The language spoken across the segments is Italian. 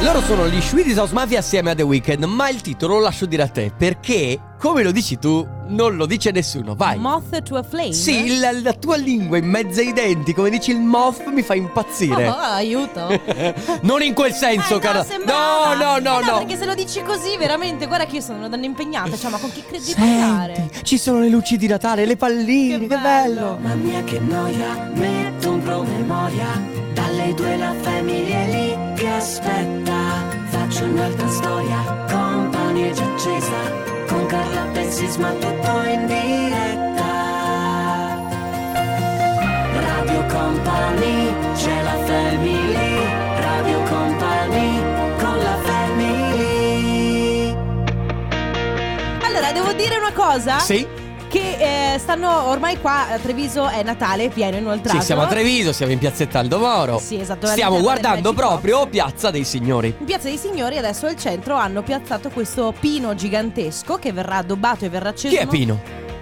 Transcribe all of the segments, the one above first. Loro sono gli Swedish House Mafia assieme a The Weeknd, ma il titolo lo lascio dire a te perché, come lo dici tu, non lo dice nessuno. Vai. Moth to a flame? sì, la, la tua lingua in mezzo ai denti, come dici il moth, mi fa Oh, impazzire. aiuto. non in quel senso, Eh, cara. no, sembrava. no, no, Eh no. Perché se lo dici così, veramente, guarda che io sono una donna impegnata. Cioè, ma con chi credi di parlare? Senti, ci sono le luci di Natale, le palline, che, Che bello. bello. Mamma mia che noia, metto un promemoria Dalle due la famiglia è lì che aspetta Faccio un'altra storia, compagnia già accesa Con Carla Pensis ma tutto in diretta Radio Company, c'è la family Radio Company, con la family Allora, devo dire una cosa. Sì, Che eh, stanno ormai qua a Treviso è Natale, pieno inoltrato. sì, siamo a Treviso, siamo in piazzetta Aldomoro. Sì, esatto. Stiamo all'interno guardando del Magic proprio Box. Piazza dei Signori. In Piazza dei Signori adesso al centro hanno piazzato questo pino gigantesco che verrà addobbato e verrà acceso. Chi è Pino?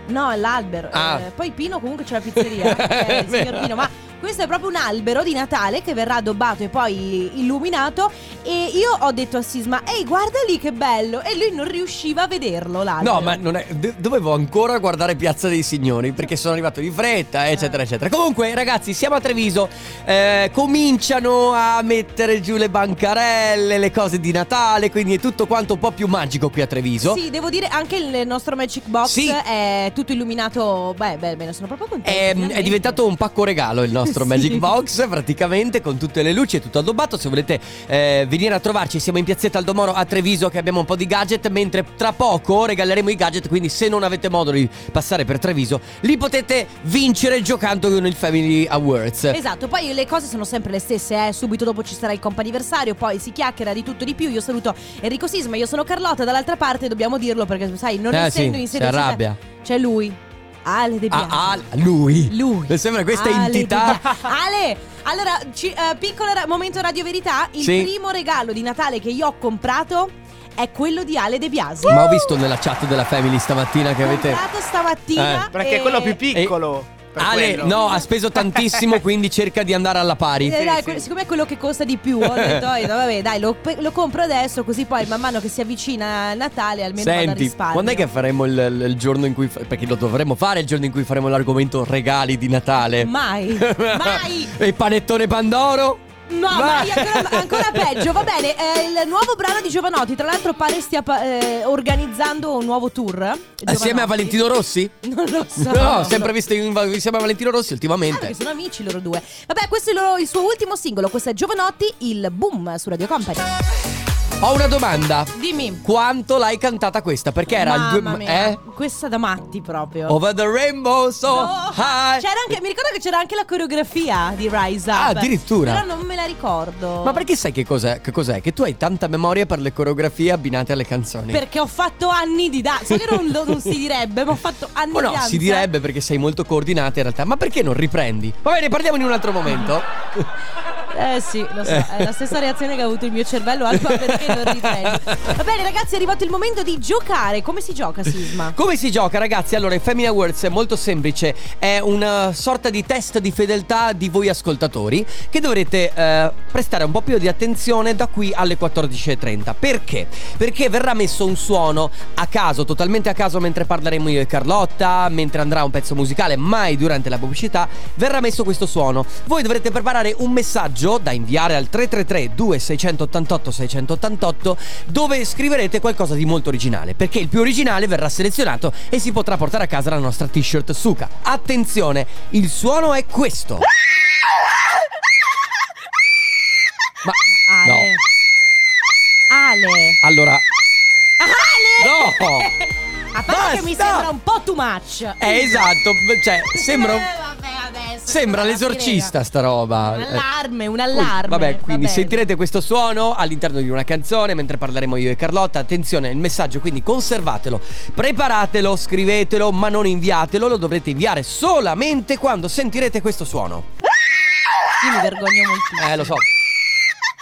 No, è l'albero. Ah. Eh, poi Pino comunque c'è la pizzeria. eh, il signor Pino, ma questo è proprio un albero di Natale che verrà addobbato e poi illuminato. E io ho detto a Sisma, ehi, guarda lì che bello! E lui non riusciva a vederlo l'albero. No, ma non è. de- dovevo ancora guardare Piazza dei Signori perché sono arrivato di fretta, eccetera, eccetera. Comunque, ragazzi, siamo a Treviso. eh, cominciano a mettere giù le bancarelle, le cose di Natale, quindi è tutto quanto un po' più magico qui a Treviso. Sì, devo dire anche il nostro Magic Box Sì. è tutto illuminato. Beh, beh, me ne sono proprio contenta. Ehm, È, è finalmente. diventato un pacco regalo il nostro Sì. Magic Box praticamente con tutte le luci e tutto addobbato se volete eh, venire a trovarci siamo in piazzetta Aldomoro a Treviso che abbiamo un po' di gadget mentre tra poco regaleremo i gadget quindi se non avete modo di passare per Treviso li potete vincere giocando con il Family Awards Esatto, poi le cose sono sempre le stesse, eh. subito dopo ci sarà il comp'anniversario, poi si chiacchiera di tutto di più. Io saluto Enrico Sisma, io sono Carlotta, dall'altra parte dobbiamo dirlo perché sai, non Eh, essendo sì, in si sede Eh, arrabbia. c'è lui. Ale De Biasi. Ah, ah, lui Lui. Mi sembra questa Ale De entità Bia- Ale! Allora, ci- eh, piccolo ra- momento radio verità, il Sì. primo regalo di Natale che io ho comprato è quello di Ale De Biasi. ma ho visto nella chat della Family stamattina che avete comprato stamattina Eh. Perché e- è quello più piccolo. per Ale quello. no ha speso tantissimo quindi cerca di andare alla pari Eh, dai, sì. que- siccome è quello che costa di più, ho detto, "Oh, vabbè, dai, lo, pe- lo compro adesso, così poi man mano che si avvicina Natale almeno vado a Senti, risparmio. quando è che faremo il, il- il giorno in cui. fa- Perché lo dovremmo fare il giorno in cui faremo l'argomento regali di Natale. Mai, mai. e il panettone Pandoro? No, Vai. mai, ancora, ancora peggio. Va bene, eh, il nuovo brano di Giovanotti. Tra l'altro, pare stia pa- eh, organizzando un nuovo tour. eh, Assieme a Giovanotti. Valentino Rossi? Non lo so. No, sempre visto in- insieme a Valentino Rossi Ah, ultimamente. perché sono amici loro due. Vabbè, questo è il, loro- il suo ultimo singolo. Questo è Giovanotti, il boom su Radio Company. Ho una domanda. Dimmi. Quanto l'hai cantata questa? Perché era il Mamma due. mia, Eh? Oh, Questa da matti proprio. Over the rainbow, so No. high. C'era anche, mi ricordo che c'era anche la coreografia di Rise Up. Ah, addirittura. Però non me la ricordo. Ma perché sai che cos'è? Che cos'è? Che tu hai tanta memoria per le coreografie abbinate alle canzoni. Perché ho fatto anni di danza. So che non, lo- non si direbbe, ma ho fatto anni O di Oh, no, danza. si direbbe perché sei molto coordinata in realtà, ma perché non riprendi? Va bene, parliamo in un altro momento. Eh sì, lo so, è la stessa reazione che ha avuto il mio cervello Alfa perché non riprendo. Va bene, ragazzi, è arrivato il momento di giocare. Come si gioca, Sisma? Come si gioca, ragazzi? Allora, il Family Awards è molto semplice, è una sorta di test di fedeltà di voi ascoltatori che dovrete eh, prestare un po' più di attenzione da qui alle 14.30. Perché? Perché verrà messo un suono a caso, totalmente a caso mentre parleremo io e Carlotta, mentre andrà un pezzo musicale, mai durante la pubblicità, verrà messo questo suono. Voi dovrete preparare un messaggio da inviare al 333 2688 688 dove scriverete qualcosa di molto originale, perché il più originale verrà selezionato e si potrà portare a casa la nostra t-shirt Suka. Attenzione, il suono è questo. Ma Ale. no, Ale. allora Ale! No! A parte che mi Basta! sembra un po' too much. è esatto, cioè sembra Eh, un- vabbè, adesso, Sembra una l'esorcista sta roba. Un allarme, un Eh. allarme. Vabbè, quindi Va bene. sentirete questo suono all'interno di una canzone mentre parleremo io e Carlotta. Attenzione, il messaggio, quindi conservatelo, preparatelo, scrivetelo, ma non inviatelo, lo dovrete inviare solamente quando sentirete questo suono. Io mi vergogno moltissimo. Eh, lo so.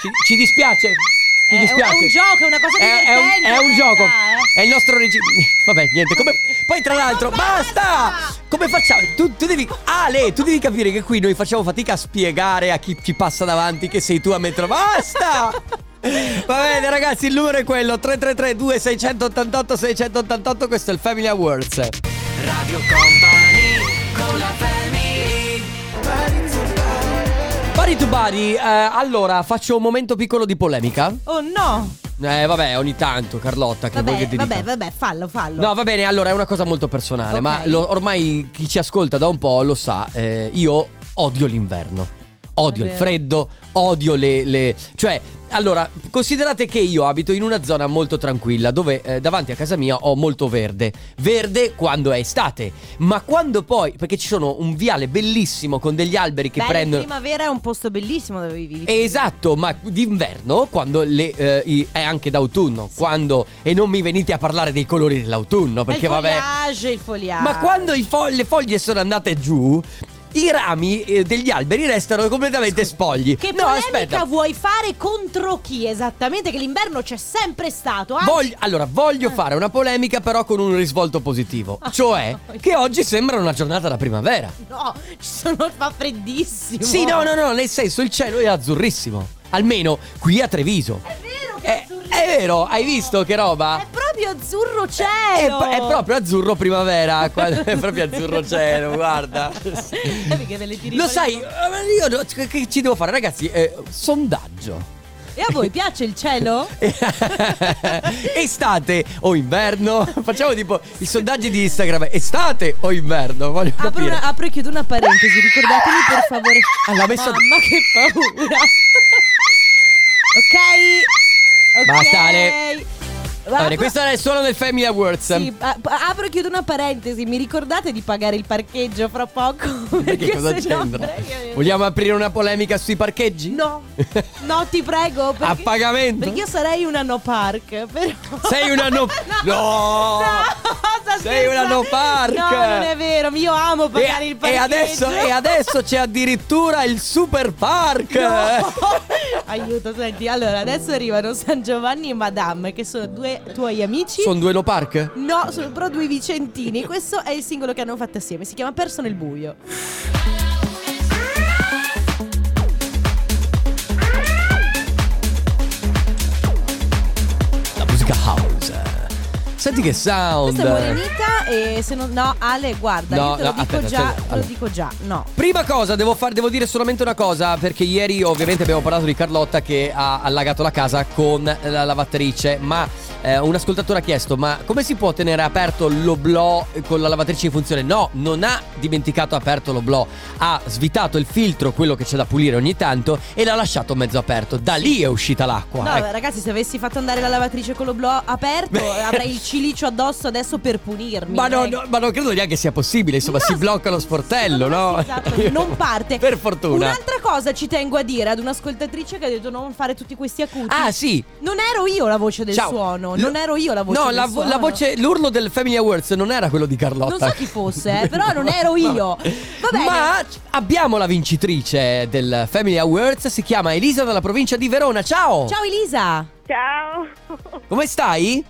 Ci, ci dispiace. Ci Eh, È- è un- dispiace. è un gioco, è una cosa È- è un- divertente, È un, in gioco. realtà, eh. È il nostro regime. Vabbè, niente. come- Poi, tra l'altro, Ma basta! basta! Come facciamo? Tu, tu devi. Ale, tu devi capire che qui noi facciamo fatica a spiegare a chi ci passa davanti che sei tu a metterlo. Basta! Va bene ragazzi, il numero è quello 333 2688 688, questo è il Family Awards. Body to body, eh, allora faccio un momento piccolo di polemica. Oh no! Eh vabbè, ogni tanto Carlotta, che vuoi che Vabbè, ti vabbè, dica? vabbè, fallo, fallo. No, va bene, allora è una cosa molto personale, Ok. ma lo- ormai chi ci ascolta da un po' lo sa, eh, io odio l'inverno, odio È il vero. freddo, odio le, le- Cioè, allora, considerate che io abito in una zona molto tranquilla, dove eh, davanti a casa mia ho molto verde. Verde quando è estate, ma quando poi... perché ci sono un viale bellissimo con degli alberi che Beh, prendono... primavera è un posto bellissimo dove vivi. Esatto, ma d'inverno, quando le, eh, i- è anche d'autunno, quando, e non mi venite a parlare dei colori dell'autunno, perché il vabbè... foliage, il foliage. Ma quando i fo- le foglie sono andate giù, i rami eh, degli alberi restano completamente spogli. Che no, polemica aspetta. vuoi fare contro chi esattamente? Che l'inverno c'è sempre stato. Ah, anzi- Voglio- allora, voglio fare una polemica, però con un risvolto positivo. Eh. Ah, Cioè, no. che oggi sembra una giornata da primavera. No, ci sono, fa freddissimo. Sì, no, no, no, nel senso, il cielo è azzurrissimo. Almeno qui a Treviso. Eh, È vero che È, è azzurro. è vero, hai visto che roba? È proprio azzurro È, cielo. è proprio azzurro primavera. qua- è proprio azzurro cielo, guarda. Vedi che te Eh, le tiri Lo sai, fuori? eh, io no- che- che ci devo fare, ragazzi? eh, sondaggio. E a voi piace il cielo? Estate o inverno? Facciamo tipo i sondaggi di Instagram. Estate o inverno? Voglio Apro, capire. una- apro e chiudo una parentesi, ricordatemi per favore. Ah, l'ha messa- Mamma, che paura. ok. ok. Basta, Ale. Va bene, Apro- questo era il suono del Family Awards. sì, a- apro e chiudo una parentesi, mi ricordate di pagare il parcheggio fra poco? Perché cosa se no c'entra? prego- Vogliamo aprire una polemica sui parcheggi? No, no, ti prego. A perché- pagamento? Perché io sarei una no park. Però... Sei una no- No! sta Sei una no park. scherzando. No, non è vero. Io amo E, pagare il e parcheggio. adesso, e adesso c'è addirittura il Super Park. Aiuto, senti. Allora, adesso arrivano San Giovanni e Madame, che sono due tuoi amici. Sono due no park? No, sono però due Vicentini. Questo è il singolo che hanno fatto assieme. Si chiama Perso nel buio. La musica house. Senti che sound. Questa è Morenita e se non. No, Ale, guarda, No, io te no, lo dico aspetta, già. aspetta, te allora. Lo dico già. No. Prima cosa, devo, far- devo dire solamente una cosa, perché ieri ovviamente abbiamo parlato di Carlotta che ha allagato la casa con la lavatrice, ma eh, un ascoltatore ha chiesto, ma come si può tenere aperto l'oblò con la lavatrice in funzione? No, non ha dimenticato aperto l'oblò, ha svitato il filtro, quello che c'è da pulire ogni tanto, e l'ha lasciato mezzo aperto. Da lì è uscita l'acqua. No, Ecco. ragazzi, se avessi fatto andare la lavatrice con lo blò aperto, avrei il cilicio addosso adesso per punirmi. Ma, no, eh. no, ma non credo neanche sia possibile, insomma, No, si blocca lo sportello, no? Esatto, non parte. per fortuna. Un'altra cosa ci tengo a dire ad un'ascoltatrice che ha detto non fare tutti questi acuti. Ah, sì, Non ero io la voce del Ciao. suono, L- non ero io la voce No, del la, vo- suono. la voce, l'urlo del Family Awards non era quello di Carlotta. Non so chi fosse, eh, però non ero io. Va bene. Ma abbiamo la vincitrice del Family Awards, si chiama Elisa dalla provincia di Verona. Ciao! Ciao Elisa. Ciao! Come stai?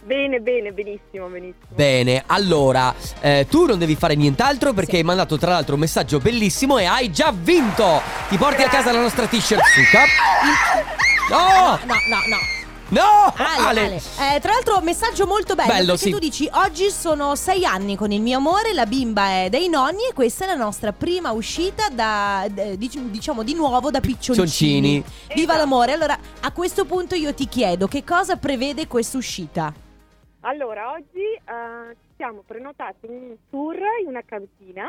Bene, bene, benissimo, benissimo. Bene, allora, eh, tu non devi fare nient'altro perché hai mandato tra l'altro un messaggio bellissimo e hai già vinto! Ti porti a casa la nostra t-shirt Suka. No! No, no, no. No! Ale, Ale. Eh, tra l'altro messaggio molto bello, Bello, perché sì. tu dici oggi sono sei anni con il mio amore, la bimba è dei nonni e questa è la nostra prima uscita da, eh, dic- diciamo di nuovo da piccioncini. Piccioncini. Viva Esatto. l'amore, allora a questo punto io ti chiedo che cosa prevede questa uscita? Allora, oggi eh, ci siamo prenotati un tour in una cantina.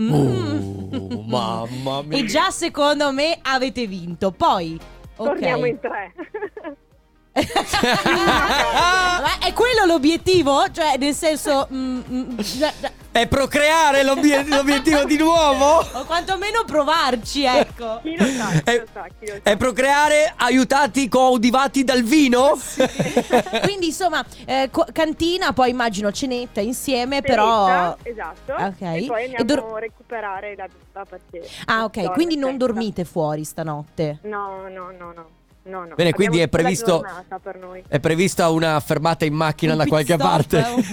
Mm. Oh, mamma mia. E già secondo me avete vinto, poi... ok. Torniamo in tre. Ma è quello l'obiettivo? Cioè nel senso... mm, mm, da- da- È procreare l'obie- l'obiettivo di nuovo? o quantomeno provarci, ecco. chi lo sa, chi Eh, lo sa, chi lo sa. È procreare aiutati coaudivati dal vino? Quindi insomma, eh, co- cantina, poi immagino cenetta insieme, Eh, però... Peretta, Esatto. Ok. E poi andiamo E dor- a recuperare la bimba perché... Ah ok, dorme quindi non senza. dormite fuori stanotte. No, no, no, no. no, no. Bene, quindi Abbiamo è tutta la previsto- giornata per noi. Eh, È prevista una fermata in macchina Un da pit qualche stop, parte. eh, un-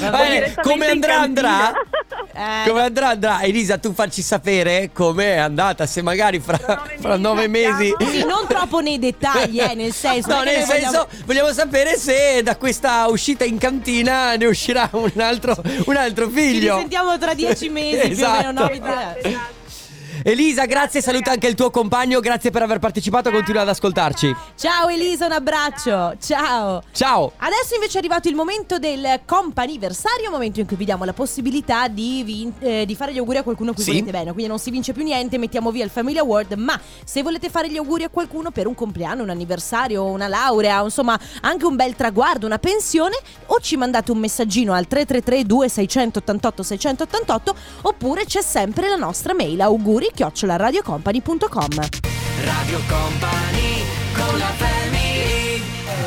Va bene, Direttamente come in andrà andrà? cantina. Eh, Come andrà andrà? Elisa, tu facci sapere com'è andata, se magari fra, Fra nove fra nove mesi mesi. partiamo. sì, non troppo nei dettagli, eh, nel senso. No, non è che nel noi senso, vogliamo... sapere se da questa uscita in cantina ne uscirà un altro, un altro figlio. Ci sentiamo tra dieci mesi, più o esatto. meno, no? Esatto, esatto. Elisa, grazie, saluta anche il tuo compagno, grazie per aver partecipato, continua ad ascoltarci. Ciao Elisa, un abbraccio. Ciao. Ciao. Adesso invece è arrivato il momento del comp'anniversario, momento in cui vi diamo la possibilità di, vin- eh, di fare gli auguri a qualcuno a cui Sì. volete bene. Quindi non si vince più niente, mettiamo via il Family Award, ma se volete fare gli auguri a qualcuno per un compleanno, un anniversario, una laurea, insomma anche un bel traguardo, una pensione, o ci mandate un messaggino al 333-2688-688 oppure c'è sempre la nostra mail auguri radiocompany.com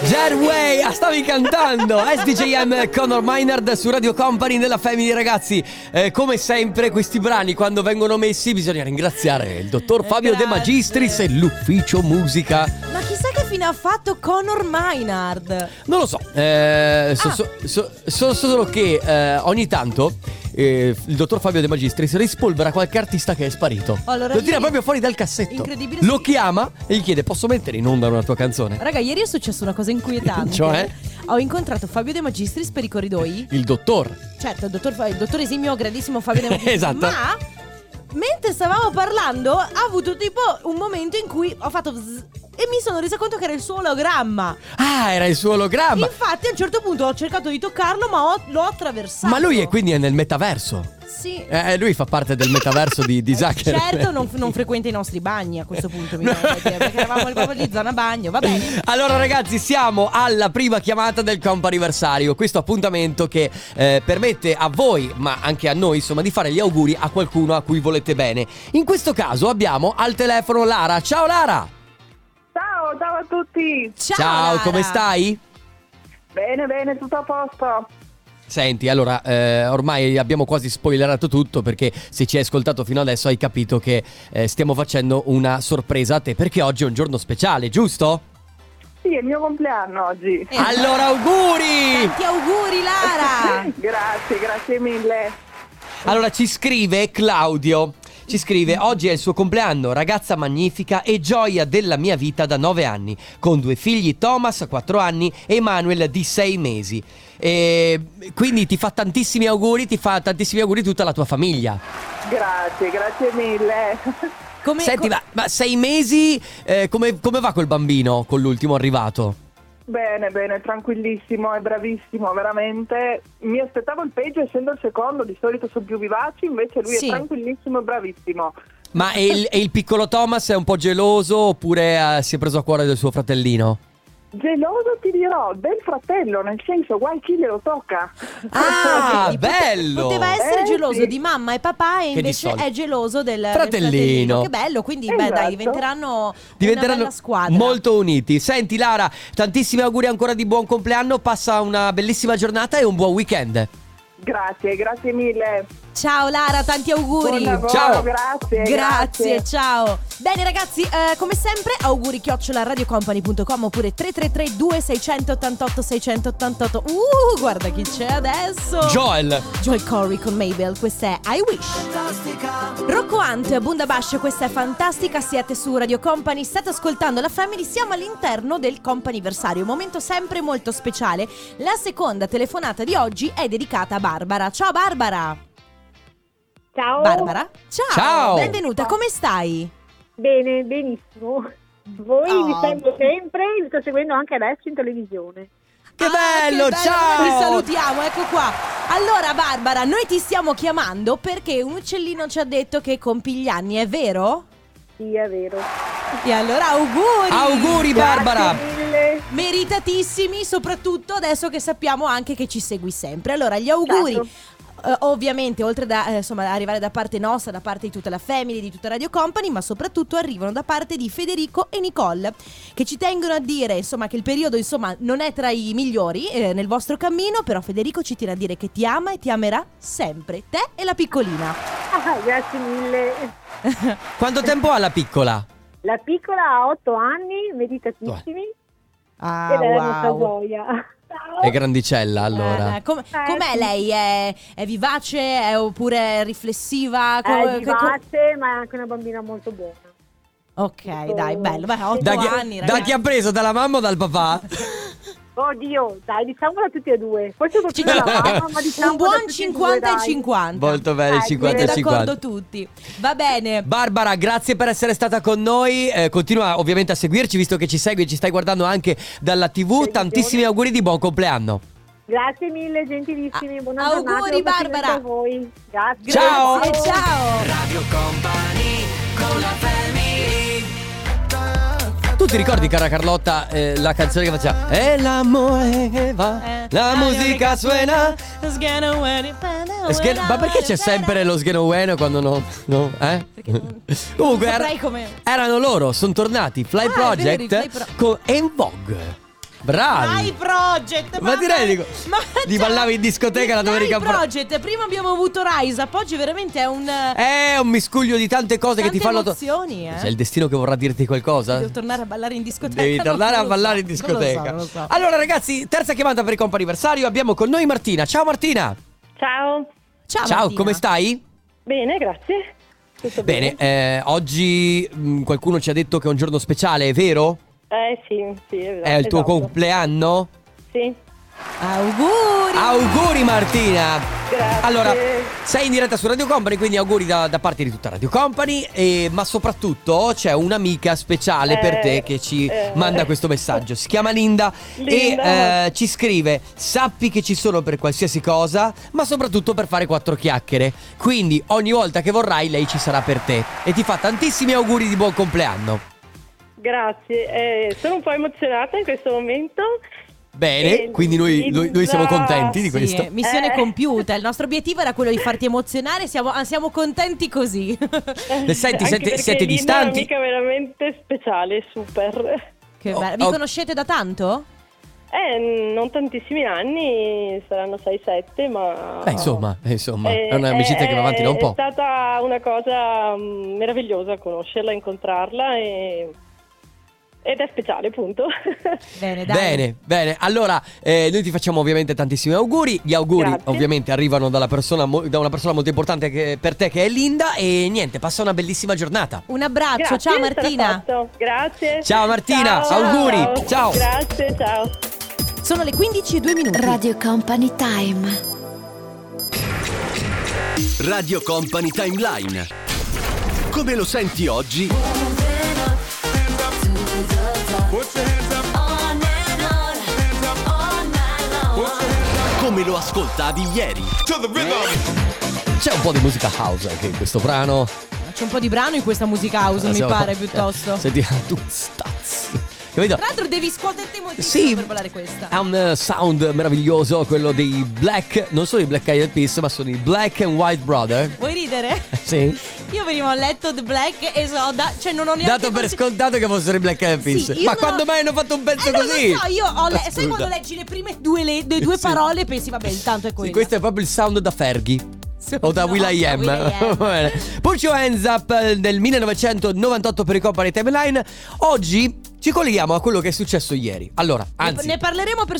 Jerway, ah, stavi cantando SDJM Connor Minard su Radio Company nella Family ragazzi Eh, come sempre questi brani quando vengono messi bisogna ringraziare il dottor Fabio De Grazie. Magistris e l'ufficio musica Ma chissà che fine ha fatto Conor Maynard. non lo so eh, so, Ah. so- so- so solo che eh, ogni tanto eh, il dottor Fabio De Magistris rispolvera qualche artista che è sparito Allora, lo tira ieri- proprio fuori dal cassetto Incredibile, lo sì. chiama e gli chiede posso mettere in onda una tua canzone Raga, ieri è successa una cosa inquietante. Cioè? Ho incontrato Fabio De Magistris per i corridoi. il dottor Certo, il dottor, Fa- il dottor Esimio, grandissimo Fabio De Magistris. Esatto. Ma mentre stavamo parlando, ha avuto tipo un momento in cui ho fatto zzz e mi sono resa conto che era il suo ologramma. ah era il suo ologramma Infatti, a un certo punto ho cercato di toccarlo, ma ho- l'ho attraversato. Ma lui è quindi è nel metaverso. Sì. Eh, lui fa parte del metaverso di, di Eh, Zuckerberg. Certo, non, non frequenta i nostri bagni a questo punto, mi viene da dire, perché eravamo proprio di zona bagno, va bene. Allora ragazzi siamo alla prima chiamata del comp anniversario, questo appuntamento che eh, permette a voi ma anche a noi insomma di fare gli auguri a qualcuno a cui volete bene. In questo caso abbiamo al telefono Lara, ciao Lara! Ciao, ciao a tutti. Ciao, Lara. come stai? Bene, bene, tutto a posto. Senti, allora, eh, ormai abbiamo quasi spoilerato tutto perché se ci hai ascoltato fino adesso hai capito che eh, stiamo facendo una sorpresa a te perché oggi è un giorno speciale, giusto? Sì, è il mio compleanno oggi. Eh, Allora auguri! Tanti auguri Ah. Lara! grazie, grazie mille. Allora ci scrive Claudio. Ci scrive, oggi è il suo compleanno, ragazza magnifica e gioia della mia vita da 9 anni, con due figli Thomas, 4 anni, e Manuel di 6 mesi. E quindi ti fa tantissimi auguri, ti fa tantissimi auguri tutta la tua famiglia. Grazie, grazie mille. Come, Senti, co- ma, ma 6 mesi, eh, come, come va col bambino, con l'ultimo arrivato? Bene, bene, tranquillissimo, è bravissimo, veramente. Mi aspettavo il peggio essendo il secondo, di solito sono più vivaci, invece lui Sì. è tranquillissimo e bravissimo. Ma e il, e il piccolo Thomas è un po' geloso oppure eh, si è preso a cuore del suo fratellino? Geloso ti dirò, del fratello, nel senso, guai chi glielo tocca. Ah, Vedi, pote- bello! Poteva essere Eh, geloso sì. di mamma e papà e Che di invece solito. è geloso del del Fratellino. Che bello, quindi beh, Esatto. dai, diventeranno, una Diventeranno bella squadra. molto uniti. Senti Lara, tantissimi auguri ancora di buon compleanno, passa una bellissima giornata e un buon weekend. Grazie, grazie mille. Ciao Lara, tanti auguri. Buon lavoro, Ciao. grazie. Grazie, ciao. Bene ragazzi, eh, come sempre auguri chiocciola radiocompany.com oppure 333 2688 688. Uh, guarda chi c'è adesso. Joel, Joy Corey con Mabel, questa è I Wish. Rocco Hunt, Bunda Bash, questa è fantastica, siete su Radio Company, state ascoltando la Family, siamo all'interno del comp'anniversario, un momento sempre molto speciale. La seconda telefonata di oggi è dedicata a Barbara. Ciao Barbara! Ciao. Barbara? Ciao! Oh. Ciao. Benvenuta, come stai? Bene, benissimo. Voi vi Oh. seguo sempre, vi sto seguendo anche adesso in televisione. che Ah, bello, che ciao! Ti salutiamo, ecco qua. Allora Barbara, noi ti stiamo chiamando perché un uccellino ci ha detto che compi gli anni, è vero? Sì, è vero. E allora auguri! Auguri Barbara. Grazie mille. meritatissimi, soprattutto adesso che sappiamo anche che ci segui sempre. Allora, gli auguri. Certo. eh, ovviamente, oltre da eh, insomma, arrivare da parte nostra, da parte di tutta la family, di tutta Radio Company, ma soprattutto arrivano da parte di Federico e Nicole, che ci tengono a dire insomma, che il periodo insomma, non è tra i migliori eh, nel vostro cammino, però Federico ci tiene a dire che ti ama e ti amerà sempre, te e la piccolina. Ah, grazie mille. Quanto tempo ha la piccola? La piccola ha 8 anni, meritatissimi. Ah, ed è la nostra wow. gioia. Ciao. È grandicella allora. Eh, com- Eh, com'è sì. lei? È, è vivace è oppure riflessiva? Co- È eh, che- co- vivace, Eh, ma è anche una bambina molto buona. Ecco. ok, dai, bello. Beh, otto Da chi, anni, da ragazzi. chi ha preso? Dalla mamma o dal papà? Oddio, dai, diciamolo a tutti e due. Forse Ci- qualcuno la mamma, ma diciamo un buon 50 e 50. Molto bene, Dai, 50 Siete e mette 50. d'accordo tutti. Va bene. Barbara, grazie per essere stata con noi. Eh, continua ovviamente a seguirci, visto che ci segui e ci stai guardando anche dalla TV. Benissimo. Tantissimi auguri di buon compleanno. Grazie mille, gentilissimi. A- buona Ah, auguri, giornata. lo faccio Barbara. anche A voi. Grazie. Ciao. Grazie, ciao. Tu ti ricordi, cara Carlotta, eh, la canzone che faceva? È l'amore che va, Eh, la musica suena. Sghe- Ma perché c'è sempre lo sghenueno quando no? no eh? Perché non- Comunque, non era- saprei come- erano loro, sono tornati. Fly Ah, è Project vero, i Fly Pro- con E in Vogue. Bravi. Fly Project Ma direi dico, li ballavi in discoteca la domenica Fly pro- Project Prima abbiamo avuto Rise Up Oggi veramente è un eh, È un miscuglio di tante cose che ti Tante fanno. emozioni, eh. C'è il destino che vorrà dirti qualcosa? Devo tornare a ballare in discoteca Devi Non tornare lo a so, ballare in non lo so, discoteca. Ah, non lo so. Allora, ragazzi, terza chiamata per il compo anniversario. Abbiamo con noi Martina. Ciao Martina. Ciao, Ciao, Martina. come stai? bene, grazie. Tutto Bene, eh, oggi mh, qualcuno ci ha detto che è un giorno speciale, è vero? Eh sì, sì, esatto. È il tuo esatto. compleanno? Sì, Auguri Auguri Martina! grazie. Allora, sei in diretta su Radio Company, quindi auguri da, da parte di tutta Radio Company, e- ma soprattutto c'è un'amica speciale per Eh, te che ci eh. manda questo messaggio. Si chiama Linda, Linda. e eh, ci scrive, sappi che ci sono per qualsiasi cosa, ma soprattutto per fare quattro chiacchiere. Quindi ogni volta che vorrai lei ci sarà per te e ti fa tantissimi auguri di buon compleanno. Grazie, eh, sono un po' emozionata in questo momento. Bene, Eh, quindi noi, noi- noi siamo Linda. contenti di Sì, questo. eh, missione Eh. compiuta. Il nostro obiettivo era quello di farti emozionare. Siamo, ah, siamo contenti così. Le senti, Anche senti- perché siete Linda distanti? È un'amica veramente speciale, super. che Oh, bello. Vi oh. conoscete da tanto? Eh, non tantissimi anni, saranno 6-7, ma... Beh, insomma, eh, insomma, Eh, è un'amicizia che va avanti da un po'. È stata una cosa mm, meravigliosa conoscerla, incontrarla e- ed è speciale, appunto. Bene, Eh, dai. Bene, bene. Allora, eh, noi ti facciamo ovviamente tantissimi auguri. Gli auguri Grazie. ovviamente arrivano dalla persona mo- da una persona molto importante che- per te che è Linda e niente, passa una bellissima giornata. Un abbraccio. Grazie, Ciao sarà Martina. fatto. Grazie. Ciao, Martina, auguri, ciao. Grazie, ciao. Sono le 15 e 2 minuti. Radio Company Time. Radio Company Timeline. Come lo senti oggi? Come lo ascoltavi ieri? C'è un po' di musica house anche in questo brano. C'è un po' di brano in questa musica house, mi Siamo- pare piuttosto. Senti, tu stazz. Capito? Tra l'altro devi scuoterti moltissimo per ballare questa. ha un eh, sound meraviglioso, quello dei Black, non solo i Black Eyed Peas, ma sono i Black and White Brother. Vuoi ridere? Sì. Io venivo a letto The Black e Soda, cioè non ho neanche Dato per consi- scontato che fossero i Black Eyed Peas. Sì, io ma non quando ho- mai hanno fatto un pezzo Eh, non lo così? so, io ho le- sai Assurda. quando leggi le prime due, le- le due Sì. parole e pensi vabbè, intanto è quello. Sì, questo è proprio il sound da Fergie. O da No, Will I da Am. Will I Am. Bene. Put your hands up eh, del 1998 per i Company Timeline. Oggi ci colleghiamo a quello che è successo ieri. Allora, anzi. Ne parleremo per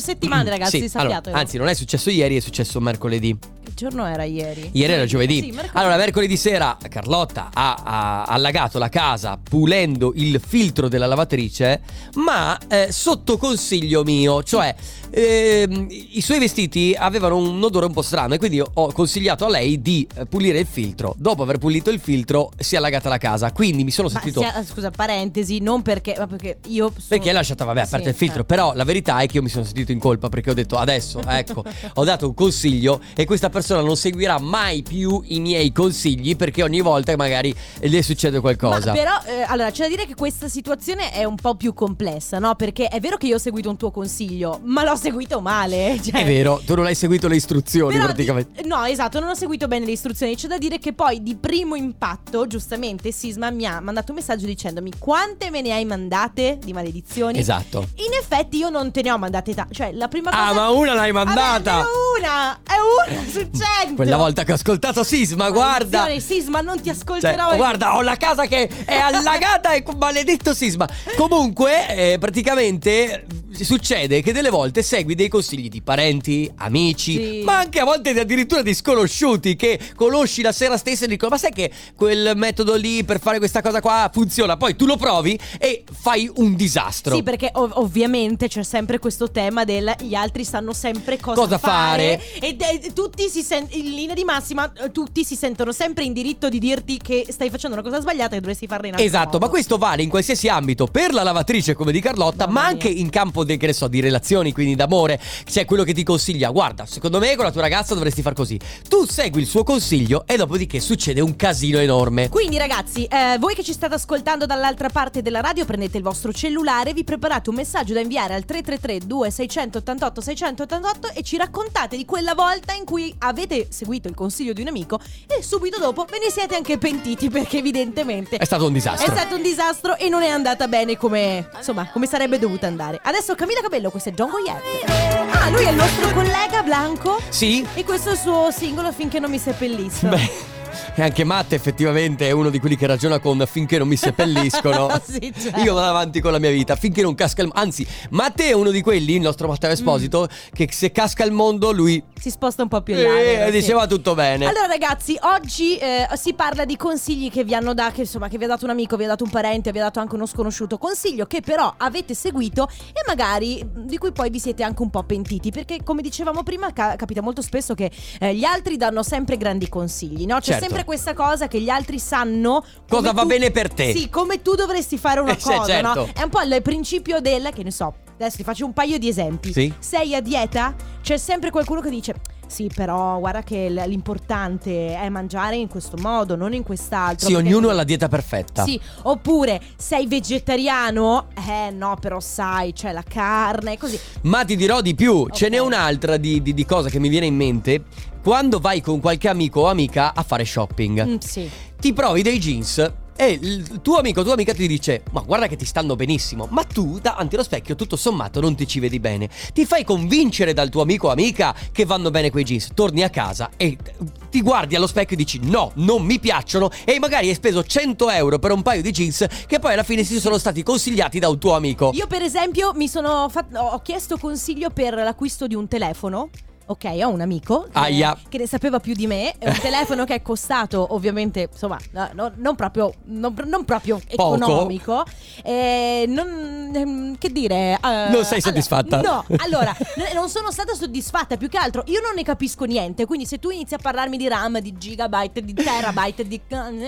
settimane, ragazzi, Sì, sappiatelo. allora, anzi, non è successo ieri, è successo mercoledì. Che giorno era ieri? Ieri era giovedì. Sì, mercoledì. allora, mercoledì sera Carlotta ha, ha allagato la casa pulendo il filtro della lavatrice, ma eh, sotto consiglio mio, cioè ehm, i suoi vestiti avevano un odore un po' strano e quindi io ho consigliato a lei di eh, pulire il filtro. Dopo aver pulito il filtro si è allagata la casa, quindi mi sono Ma sentito... sia- scusa, parentesi, non perché, ma perché io sono- Perché hai lasciato, vabbè, aperto Sì, il filtro. eh. Però la verità è che io mi sono sentito in colpa perché ho detto adesso, ecco, ho dato un consiglio e questa persona non seguirà mai più i miei consigli perché ogni volta magari le succede qualcosa. Ma però, eh, allora, c'è da dire che questa situazione è un po' più complessa, no? Perché è vero che io ho seguito un tuo consiglio, ma l'ho seguito male. Cioè, È vero, tu non hai seguito le istruzioni Però di- praticamente. no, esatto, non ho seguito bene le istruzioni. C'è da dire che poi di primo impatto, giustamente, Sisma mi ha mandato un messaggio dicendomi quante me ne hai mandate di maledizioni. Esatto. In effetti io non te ne ho mandate tante. Cioè, la prima cosa... Ah, ma una l'hai mandata! Vabbè, almeno una! È una su cento! Quella volta che ho ascoltato Sisma, guarda! Maledizione, Sisma, non ti Cioè, ascolterò. guarda, ho la casa che è allagata e maledetto sisma. Comunque, eh, praticamente ti succede che delle volte segui dei consigli di parenti, amici, Sì. ma anche a volte addirittura di sconosciuti che conosci la sera stessa e dicono: Ma sai che quel metodo lì per fare questa cosa qua funziona? Poi tu lo provi e fai un disastro. Sì, perché ov- ovviamente c'è sempre questo tema del gli altri sanno sempre cosa, Cosa fare. E de- tutti si sen- in linea di massima eh, tutti si sentono sempre in diritto di dirti che stai facendo una cosa sbagliata e che dovresti farla in altro Esatto, ma modo. questo vale in qualsiasi ambito, per la lavatrice come di Carlotta, Mamma ma anche mia. in campo del, che ne so, di relazioni, quindi d'amore. C'è quello che ti consiglia, guarda, secondo me con la tua ragazza dovresti far così. Tu segui il suo consiglio e dopodiché succede un casino enorme. Quindi ragazzi, eh, voi che ci state ascoltando dall'altra parte della radio, prendete il vostro cellulare, vi preparate un messaggio da inviare al 333-2688-688 e ci raccontate di quella volta in cui avete seguito il consiglio di un amico e subito dopo ve ne siete anche pentiti perché evidentemente È stato un è disastro. stato un disastro e non è andata bene come, insomma, come sarebbe dovuta andare. Adesso Camilla Cabello, questo è John Goyette. Ah, lui è il nostro collega Blanco Sì? e questo è il suo singolo finché non mi seppellissero. Beh, e anche Matt effettivamente è uno di quelli che ragiona con finché non mi seppelliscono. Sì, certo. Io vado avanti con la mia vita finché non casca il mondo. Anzi, Matt è uno di quelli, il nostro Mm. Matteo Esposito, che se casca il mondo lui Si sposta un po' più in là. eh, vero? Sì. diceva tutto bene. Allora ragazzi, oggi eh, si parla di consigli che vi hanno dato, che, insomma, che vi ha dato un amico, vi ha dato un parente, vi ha dato anche uno sconosciuto. Consiglio che però avete seguito e magari mh, di cui poi vi siete anche un po' pentiti. Perché come dicevamo prima, ca- capita molto spesso che eh, gli altri danno sempre grandi consigli, no? C'è Certo. sempre questa cosa che gli altri sanno... come Cosa va tu- bene per te. Sì, come tu dovresti fare una Eh, sì, cosa, certo. no? È un po' il principio del, che ne so, adesso ti faccio un paio di esempi. Sì. Sei a dieta? C'è sempre qualcuno che dice... Sì, però guarda che l- l'importante è mangiare in questo modo, non in quest'altro. Sì, perché- ognuno ha la dieta perfetta. Sì, oppure sei vegetariano? Eh no, però sai, c'è la carne, così. Ma ti dirò di più, ce Ok. n'è un'altra di, di- di cosa che mi viene in mente. Quando vai con qualche amico o amica a fare shopping, Mm, sì. ti provi dei jeans e il tuo amico o tua amica ti dice ma guarda che ti stanno benissimo, ma tu davanti allo specchio tutto sommato non ti ci vedi bene. Ti fai convincere dal tuo amico o amica che vanno bene quei jeans, torni a casa e ti guardi allo specchio e dici no, non mi piacciono e magari hai speso 100 euro per un paio di jeans che poi alla fine si sono stati consigliati da un tuo amico. Io per esempio mi sono fat- ho ho chiesto consiglio per l'acquisto di un telefono. Ok, ho un amico che, Aia. che ne sapeva più di me. È un telefono che è costato ovviamente, insomma, no- no- non proprio, non, non proprio Poco. economico. Eh, non- ehm, che dire? eh, Non sei soddisfatta? allora- no, allora, n- non sono stata soddisfatta. Più che altro, io non ne capisco niente. Quindi se tu inizi a parlarmi di RAM, di gigabyte, di terabyte, di...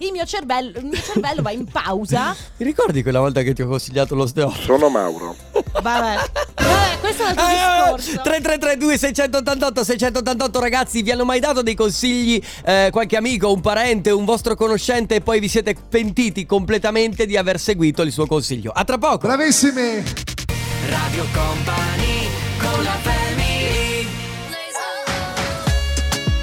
Il mio cervello, il mio cervello va in pausa. Ti ricordi quella volta che ti ho consigliato lo steotipo? Sono Mauro. Vabbè. Vabbè, questo è un Eh, altro discorso. 3332 688 688 ragazzi vi hanno mai dato dei consigli eh, qualche amico, un parente, un vostro conoscente e poi vi siete pentiti completamente di aver seguito il suo consiglio. A tra poco. Bravissimi! Radio Company con la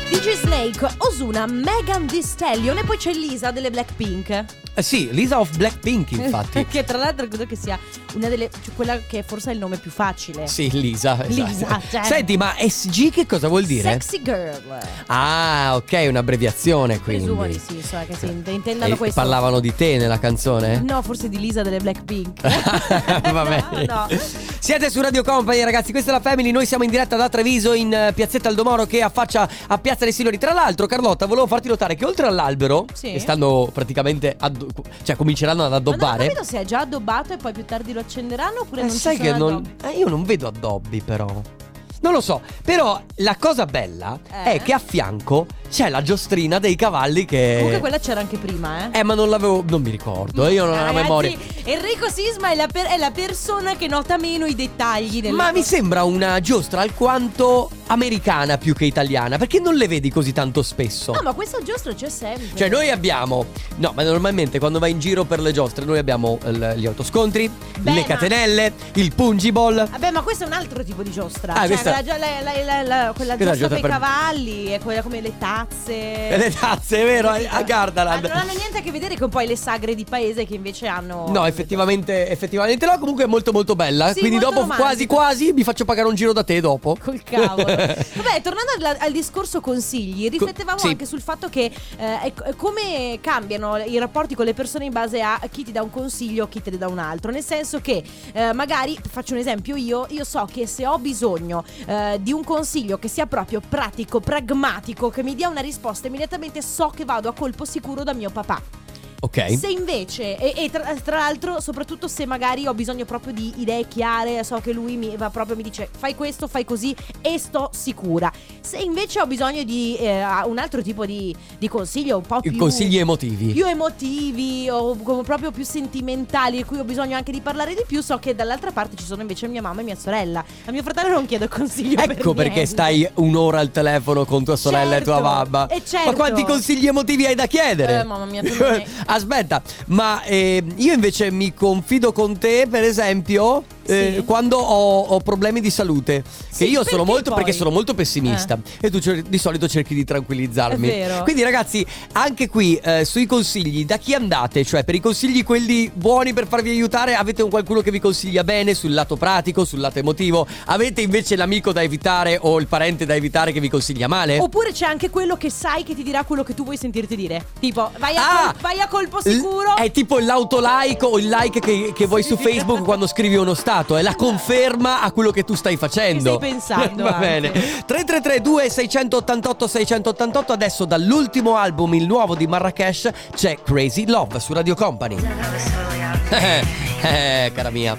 DJ Snake, Osuna, Megan Thee Stallion e poi c'è Lisa delle Blackpink. Eh sì, Lisa of Blackpink infatti. che tra l'altro credo che sia una delle cioè, quella che forse è il nome più facile. sì, Lisa. esatto. Lisa, cioè- Senti, ma SG che cosa vuol dire? Sexy girl. Ah, ok, un'abbreviazione quindi. Presumo di sì, so che si int- intendano E questo. parlavano di te nella canzone? No, forse di Lisa delle Blackpink. Vabbè. No, no. Siete su Radio Company, ragazzi. Questa è la Family. Noi siamo in diretta da Treviso in eh, Piazzetta Aldomoro che affaccia a Piazza dei Silori. Tra l'altro, Carlotta, volevo farti notare che oltre all'albero, Sì. che stanno praticamente addo- cioè cominceranno ad Ma non ho addobbare. capito se è già addobbato e poi più tardi lo accenderanno oppure Eh, non ci sai che sono non- addobbi. eh, io non vedo addobbi, però. Non lo so, però la cosa bella Eh? è che a fianco c'è la giostrina dei cavalli che. Comunque quella Eh, c'era anche prima, eh. Eh, ma non l'avevo. Non mi ricordo, eh, io non ho la Ragazzi, memoria. Enrico Sisma è la, per- è la persona che nota meno i dettagli. Della... Ma mi sembra una giostra alquanto americana più che italiana, perché non le vedi così tanto spesso. No, Ah, ma questo giusto c'è sempre. Cioè noi abbiamo, no ma normalmente quando vai in giro per le giostre noi abbiamo eh, gli autoscontri, Beh, le ma- Ah, catenelle, il pungiball. Vabbè, ma questo è un altro tipo di giostra. Ah, cioè, questa- la, la- la- la- la- quella Questa è la giostra giostra per i per- cavalli è quella come le tazze. E le tazze, è vero, eh, ah, Capito? a Gardaland. Ma non hanno niente a che vedere con poi le sagre di paese che invece hanno. No, effettivamente, effettivamente no, comunque è molto molto bella. Sì, Quindi molto dopo romantica. quasi quasi mi faccio pagare un giro da te dopo. Col cavolo. Vabbè, tornando al, al discorso consigli, riflettevamo sì. anche sul fatto che eh, è co- è come cambiano i rapporti con le persone in base a chi ti dà un consiglio o chi te ne dà un altro. Nel senso che eh, magari, faccio un esempio io, io so che se ho bisogno eh, di un consiglio che sia proprio pratico, pragmatico, che mi dia una risposta immediatamente, so che vado a colpo sicuro da mio papà. Ok. Se invece, e, e tra, tra l'altro, soprattutto se magari ho bisogno proprio di idee chiare, so che lui mi va proprio mi dice fai questo, fai così e sto sicura. Se invece ho bisogno di eh, un altro tipo di, di consiglio, un po' più. Consigli emotivi. più emotivi o co- proprio più sentimentali, di cui ho bisogno anche di parlare di più, so che dall'altra parte ci sono invece mia mamma e mia sorella. A mio fratello non chiedo consiglio. per Ecco perché niente. stai un'ora al telefono con tua sorella e tua Certo, mamma. e certo. Ma quanti consigli emotivi hai da chiedere? Eh, mamma mia, tu non hai- Aspetta, ma eh, io invece mi confido con te, per esempio, eh, Sì. quando ho, ho problemi di salute. che Sì, io sono perché molto, poi? Eh. perché sono molto pessimista. E tu cer- di solito cerchi di tranquillizzarmi. È vero. Quindi, ragazzi, anche qui eh, sui consigli, da chi andate? Cioè, per i consigli quelli buoni per farvi aiutare, avete un qualcuno che vi consiglia bene sul lato pratico, sul lato emotivo? Avete invece l'amico da evitare o il parente da evitare che vi consiglia male? Oppure c'è anche quello che sai che ti dirà quello che tu vuoi sentirti dire. Tipo, vai a, Ah! col- vai a colpo sicuro. L- è tipo l'autolike o il like che, che vuoi Sì. su Facebook quando scrivi uno stato, è la conferma a quello che tu stai facendo. Che stai pensando Va anche. bene. 333 2688 688 adesso dall'ultimo album il nuovo di Marrakesh c'è Crazy Love su Radio Company. Eh, eh, cara mia.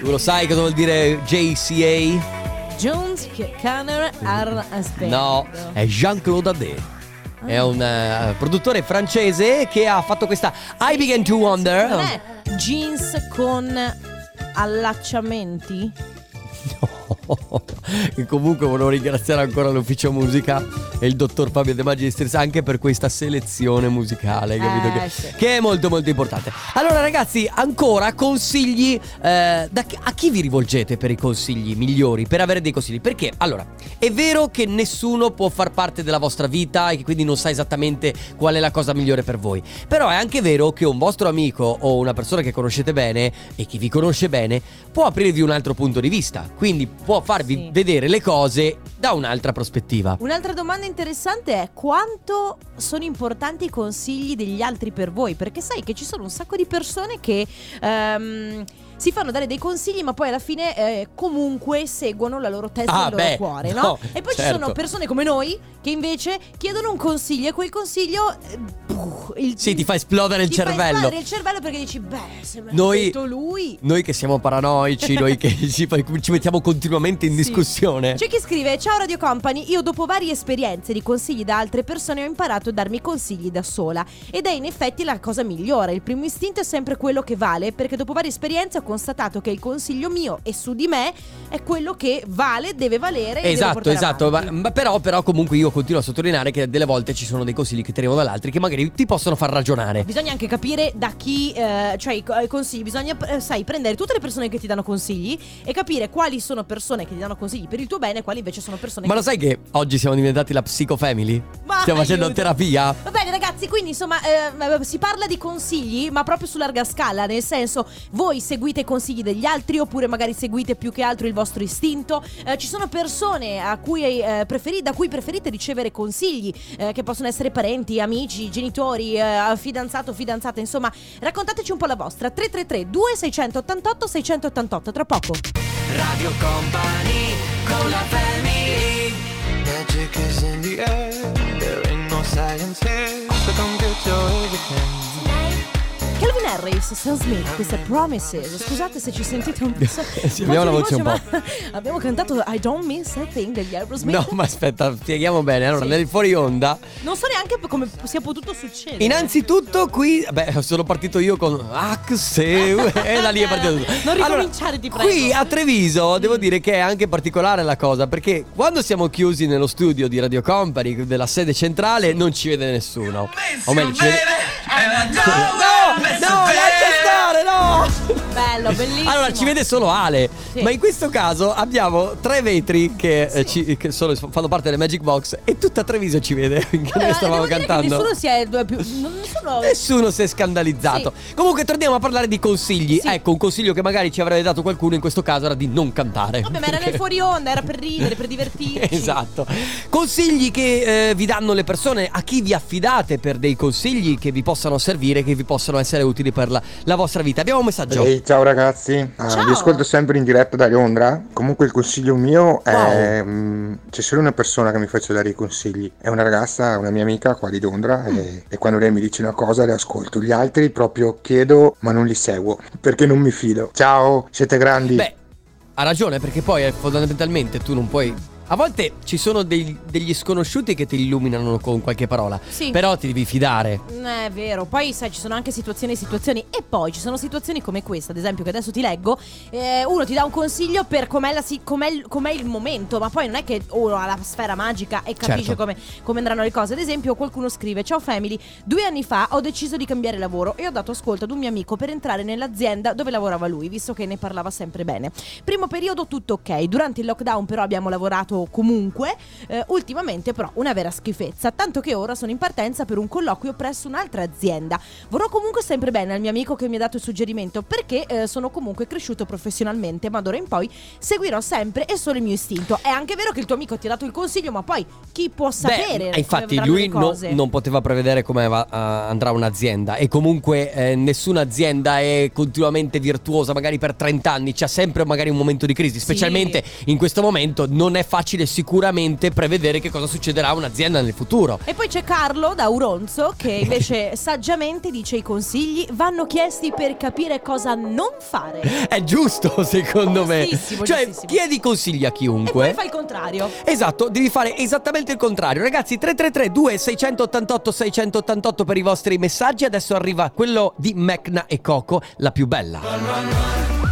Tu lo sai cosa vuol dire JCA? Jones che camera ar aspetto. No, è Jean-Claude Adé. È un eh, produttore francese che ha fatto questa I Began to Wonder. Non è jeans con allacciamenti? No. E comunque volevo ringraziare ancora l'ufficio musica e il dottor Fabio De Magistris anche per questa selezione musicale, capito? Eh, che, sì. che è molto molto importante. Allora ragazzi, ancora consigli, eh, da chi- a chi vi rivolgete per i consigli migliori, per avere dei consigli? Perché allora, è vero che nessuno può far parte della vostra vita e che quindi non sa esattamente qual è la cosa migliore per voi, però è anche vero che un vostro amico o una persona che conoscete bene e che vi conosce bene può aprirvi un altro punto di vista, quindi può farvi Sì. vedere le cose da un'altra prospettiva. Un'altra domanda interessante è quanto sono importanti i consigli degli altri per voi? Perché sai che ci sono un sacco di persone che ehm, si fanno dare dei consigli, ma poi alla fine eh, comunque seguono la loro testa Ah, e il loro beh, cuore, no? no, e poi ci certo. sono persone come noi che invece chiedono un consiglio e quel consiglio. eh, puh, il- Sì, ti fa esplodere il ti fa cervello. esplodere il cervello perché dici, beh, se me l'ha Noi- detto lui. Noi che siamo paranoici, noi che ci, ci mettiamo continuamente in Sì. discussione. C'è chi scrive: Ciao Radio Company, io dopo varie esperienze di consigli da altre persone ho imparato a darmi consigli da sola. Ed è in effetti la cosa migliore. Il primo istinto è sempre quello che vale, perché dopo varie esperienze ho constatato che il consiglio mio e su di me è quello che vale, deve valere. e devo Esatto, portare esatto, ma, avanti. ma però, però comunque io continuo a sottolineare che delle volte ci sono dei consigli che teniamo dall'altri che magari ti possono far ragionare. Bisogna anche capire da chi, eh, cioè i co- i consigli, bisogna, eh, sai, prendere tutte le persone che ti danno consigli e capire quali sono persone che ti danno consigli per il tuo bene e quali invece sono persone Ma che lo sai che oggi siamo diventati la psicofamily? Ma Stiamo facendo aiuto. terapia? Va bene ragazzi, quindi insomma eh, si parla di consigli ma proprio su larga scala, nel senso voi seguite i consigli degli altri oppure magari seguite più che altro il vostro istinto, Eh, ci sono persone a cui, eh, preferi- da cui preferite ricevere consigli eh, che possono essere parenti, amici, genitori, eh, fidanzato, fidanzata, insomma raccontateci un po' la vostra 333 2688 688 tra poco. Magic is in the air. There ain't no science here, so come get your everything. Calvin Harris, Sam Smith, questa è Promises. Scusate se ci sentite un po'. Sì, abbiamo la voce un po'. di ma Abbiamo cantato I Don't Miss a Thing degli Aerosmith. No, ma aspetta, spieghiamo bene. Allora, Sì. nel fuori onda. Non so neanche come sia potuto succedere. Innanzitutto qui, beh, sono partito io con Axeu e da lì è partito tutto. Non Allora, ricominciare, ti prego. Mm. Qui a Treviso devo dire che è anche particolare la cosa, perché quando siamo chiusi nello studio di Radio Company, della sede centrale, non ci vede nessuno. O meglio, ci vede... No, no, lascia stare, no! bello, bellissimo. Allora ci vede solo Ale, Sì. ma in questo caso abbiamo tre vetri che, eh, Sì. ci- che sono- fanno parte delle Magic Box e tutta Treviso ci vede che Allora, noi stavamo devo dire che cantando. Eh nessuno si è. due- più- non- Nessuno. Nessuno si è scandalizzato. Comunque torniamo a parlare di consigli. Sì. Ecco, un consiglio che magari ci avrebbe dato qualcuno in questo caso era di non cantare. Vabbè, ma era nel Perché- fuori onda, era per ridere, per divertirci. Esatto. Consigli che eh, vi danno le persone, a chi vi affidate per dei consigli che vi possano servire, che vi possano essere utili per la, la vostra vita. Abbiamo un messaggio. Ehi, ciao ragazzi, Ah, Ciao. vi ascolto sempre in diretta da Londra. Comunque il consiglio mio è... mm, c'è solo una persona che mi faccia dare i consigli. È una ragazza, una mia amica qua di Londra e, e quando lei mi dice una cosa le ascolto. Gli altri proprio chiedo ma non li seguo perché non mi fido. Ciao, siete grandi. Beh, ha ragione, perché poi eh, fondamentalmente tu non puoi. A volte ci sono dei- degli sconosciuti che ti illuminano con qualche parola. Sì. Però ti devi fidare. Mm, È vero, poi sai ci sono anche situazioni e situazioni e poi ci sono situazioni come questa, ad esempio che adesso ti leggo, eh, uno ti dà un consiglio per com'è, la si- com'è il, com'è il momento, ma poi non è che uno ha la sfera magica e capisce Certo. come, come andranno le cose, ad esempio qualcuno scrive ciao family, due anni fa ho deciso di cambiare lavoro e ho dato ascolto ad un mio amico per entrare nell'azienda dove lavorava lui, visto che ne parlava sempre bene. Primo periodo tutto ok, durante il lockdown però abbiamo lavorato comunque eh, ultimamente però una vera schifezza, tanto che ora sono in partenza per un colloquio presso un'altra azienda. Vorrò comunque sempre bene al mio amico che mi ha dato il suggerimento perché eh, sono comunque cresciuto professionalmente, ma d'ora in poi seguirò sempre e solo il mio istinto. È anche vero che il tuo amico ti ha dato il consiglio, ma poi chi può sapere? Beh, come infatti andranno le lui no- cose? non poteva prevedere come va- eh, andrà un'azienda e comunque eh, nessuna azienda è continuamente virtuosa magari per 30 anni, c'è sempre magari un momento di crisi, specialmente in questo momento non è facile sicuramente prevedere che cosa succederà a un'azienda nel futuro. E poi c'è Carlo da Uronzo che invece saggiamente dice i consigli vanno chiesti per capire cosa non fare. È giusto secondo me. Giustissimo, Cioè giustissimo. chiedi consigli a E chiunque. poi fa il contrario. Esatto, devi fare esattamente il contrario. Ragazzi, 333 2688 688 per i vostri messaggi. Adesso arriva quello di Mecna e Coco, la più bella.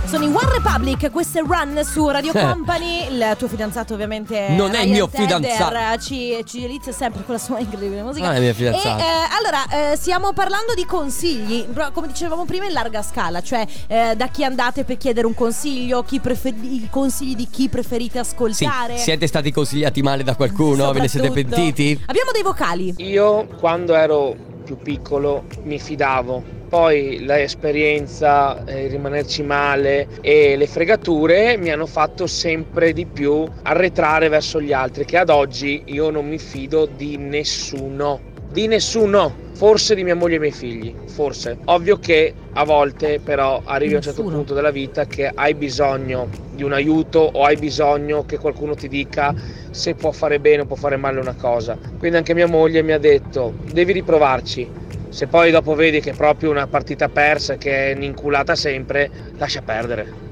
Sono in One Republic, questo è Run su Radio Company. Il tuo fidanzato, ovviamente. Eh. Non è il Ryan mio Tedder, fidanzato. Ci, ci delizia sempre con la sua incredibile musica. Ah, è mia E fidanzata. eh, allora, eh, stiamo parlando di consigli, però, come dicevamo prima, in larga scala, cioè eh, da chi andate per chiedere un consiglio, chi prefer- i consigli di chi preferite Sì, ascoltare. siete stati consigliati male da qualcuno? Ve ne siete eh, Soprattutto. pentiti? Abbiamo dei vocali. Io quando ero più piccolo mi fidavo, poi l'esperienza, eh, rimanerci male e le fregature mi hanno fatto sempre di più arretrare verso gli altri, che ad oggi io non mi fido di nessuno, di nessuno, forse di mia moglie e miei figli, forse. Ovvio che a volte però arrivi a un certo Nessuno. punto della vita che hai bisogno di un aiuto o hai bisogno che qualcuno ti dica se può fare bene o può fare male una cosa. Quindi anche mia moglie mi ha detto devi riprovarci. Se poi dopo vedi che è proprio una partita persa, che è inculata sempre, lascia perdere.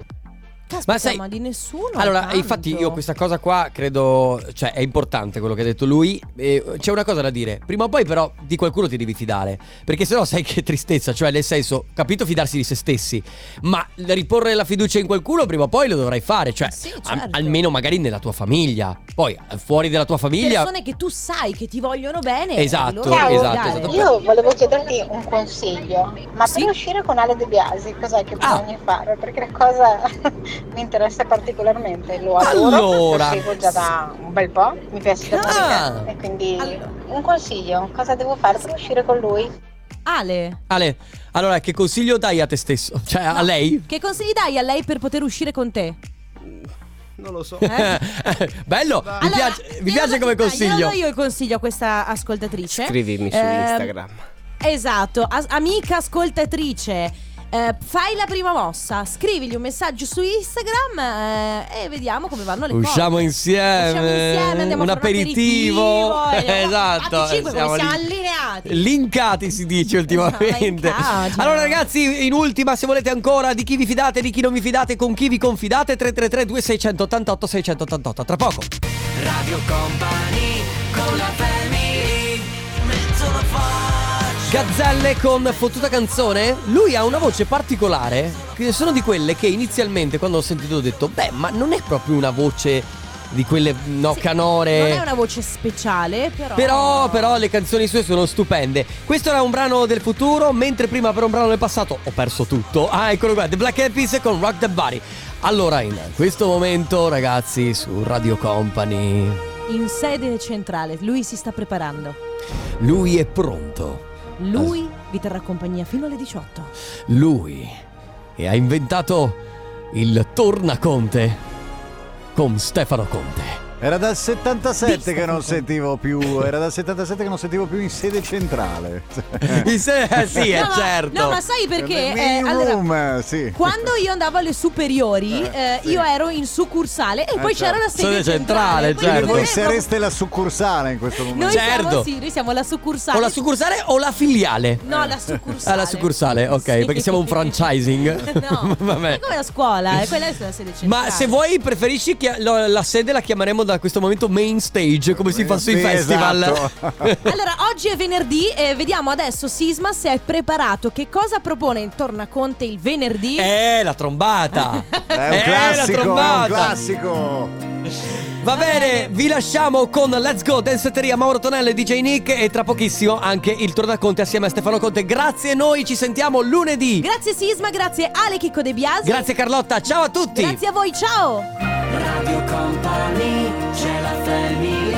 Caspita, ma, sai- di nessuno. Allora, tanto. infatti, io questa cosa qua credo. Cioè, è importante quello che ha detto lui. E eh, c'è una cosa da dire. Prima o poi, però, di qualcuno ti devi fidare. Perché sennò sai che tristezza. Cioè, nel senso, capito fidarsi di se stessi. Ma riporre la fiducia in qualcuno, prima o poi lo dovrai fare. Cioè, Sì, a- certo. almeno magari nella tua famiglia. Poi, eh, fuori dalla tua famiglia. persone che tu sai che ti vogliono bene. Esatto, allora devi esatto, dare. esatto. Io volevo chiederti un consiglio, ma Sì. per uscire con Ale De Biasi cos'è che Ah. bisogna fare? Perché la cosa mi interessa particolarmente, lo adoro, Allora. lo seguo già da un bel po', mi piace da Ah. morire e quindi Allora. un consiglio, cosa devo fare per uscire con lui? Ale, Ale, allora, che consiglio dai a te stesso? Cioè, a lei? che consigli dai a lei per poter uscire con te? Non lo so. Eh? Bello, Allora, mi Allora, piace, mi glielo piace do- come dai, glielo consiglio. do io il consiglio a questa ascoltatrice. Scrivimi su Ehm, Instagram. Esatto, as- amica ascoltatrice. eh, fai la prima mossa, scrivigli un messaggio su Instagram eh, e vediamo come vanno le Usciamo cose. insieme, Usciamo insieme, andiamo un a fare un aperitivo. aperitivo, e- esatto, Fatti cinque, come siamo lì- allineati. Linkati si dice ultimamente. Esatto, linkati. allora ragazzi, in ultima se volete ancora di chi vi fidate, di chi non vi fidate, con chi vi confidate 333 2688 688 tra poco. Radio Company con la family Mezzo la faccia Gazzelle con fottuta canzone. Lui ha una voce particolare. Che sono di quelle che inizialmente, quando l'ho sentito, ho detto: Beh, ma non è proprio una voce di quelle no, canore. Non è una voce speciale, però. Però, però le canzoni sue sono stupende. Questo era un brano del futuro, mentre prima per un brano del passato ho perso tutto. Ah, eccolo qua, The Black Eyed Peas con Rock the Body. Allora, in questo momento, ragazzi, su Radio Company, In sede centrale, lui si sta preparando. lui è pronto. Lui vi terrà compagnia fino alle 18. Lui e ha inventato il tornaconte con Stefano Conte. Era dal 77 che non sentivo più, era dal 77 che non sentivo più in sede centrale. Eh. In sede, sì, è No, ma- certo. no, ma sai perché? Eh, In allora, room, sì. Quando io andavo alle superiori, eh, io ero in succursale e poi c'era la sede centrale. certo. Quindi noi Quindi Eh, certo. voi eravamo- sareste la succursale in questo momento. Noi siamo, sì, noi siamo la succursale. O Certo. la succursale o la filiale? No, la succursale. Ah, la succursale, ok, perché siamo un franchising. No. Vabbè. È come la scuola, eh, quella è la sede centrale. Ma se vuoi preferisci che la, la sede la chiameremo da questo momento main stage, come si fa sui Sì, festival. esatto. Allora, oggi è venerdì e vediamo adesso Sisma se è preparato. Che cosa propone il Tornaconte il venerdì? Eh, la trombata. È un Eh, classico, la è trombata. un classico. Va bene, vi lasciamo con Let's Go Danceteria Mauro Tonello e DJ Nick e tra pochissimo anche il Tornaconte assieme a Stefano Conte. Grazie, noi ci sentiamo lunedì. Grazie Sisma, grazie Ale Chicco De Biasi. Grazie Carlotta, ciao a tutti. Grazie a voi, ciao! Radio Company, c'è la famiglia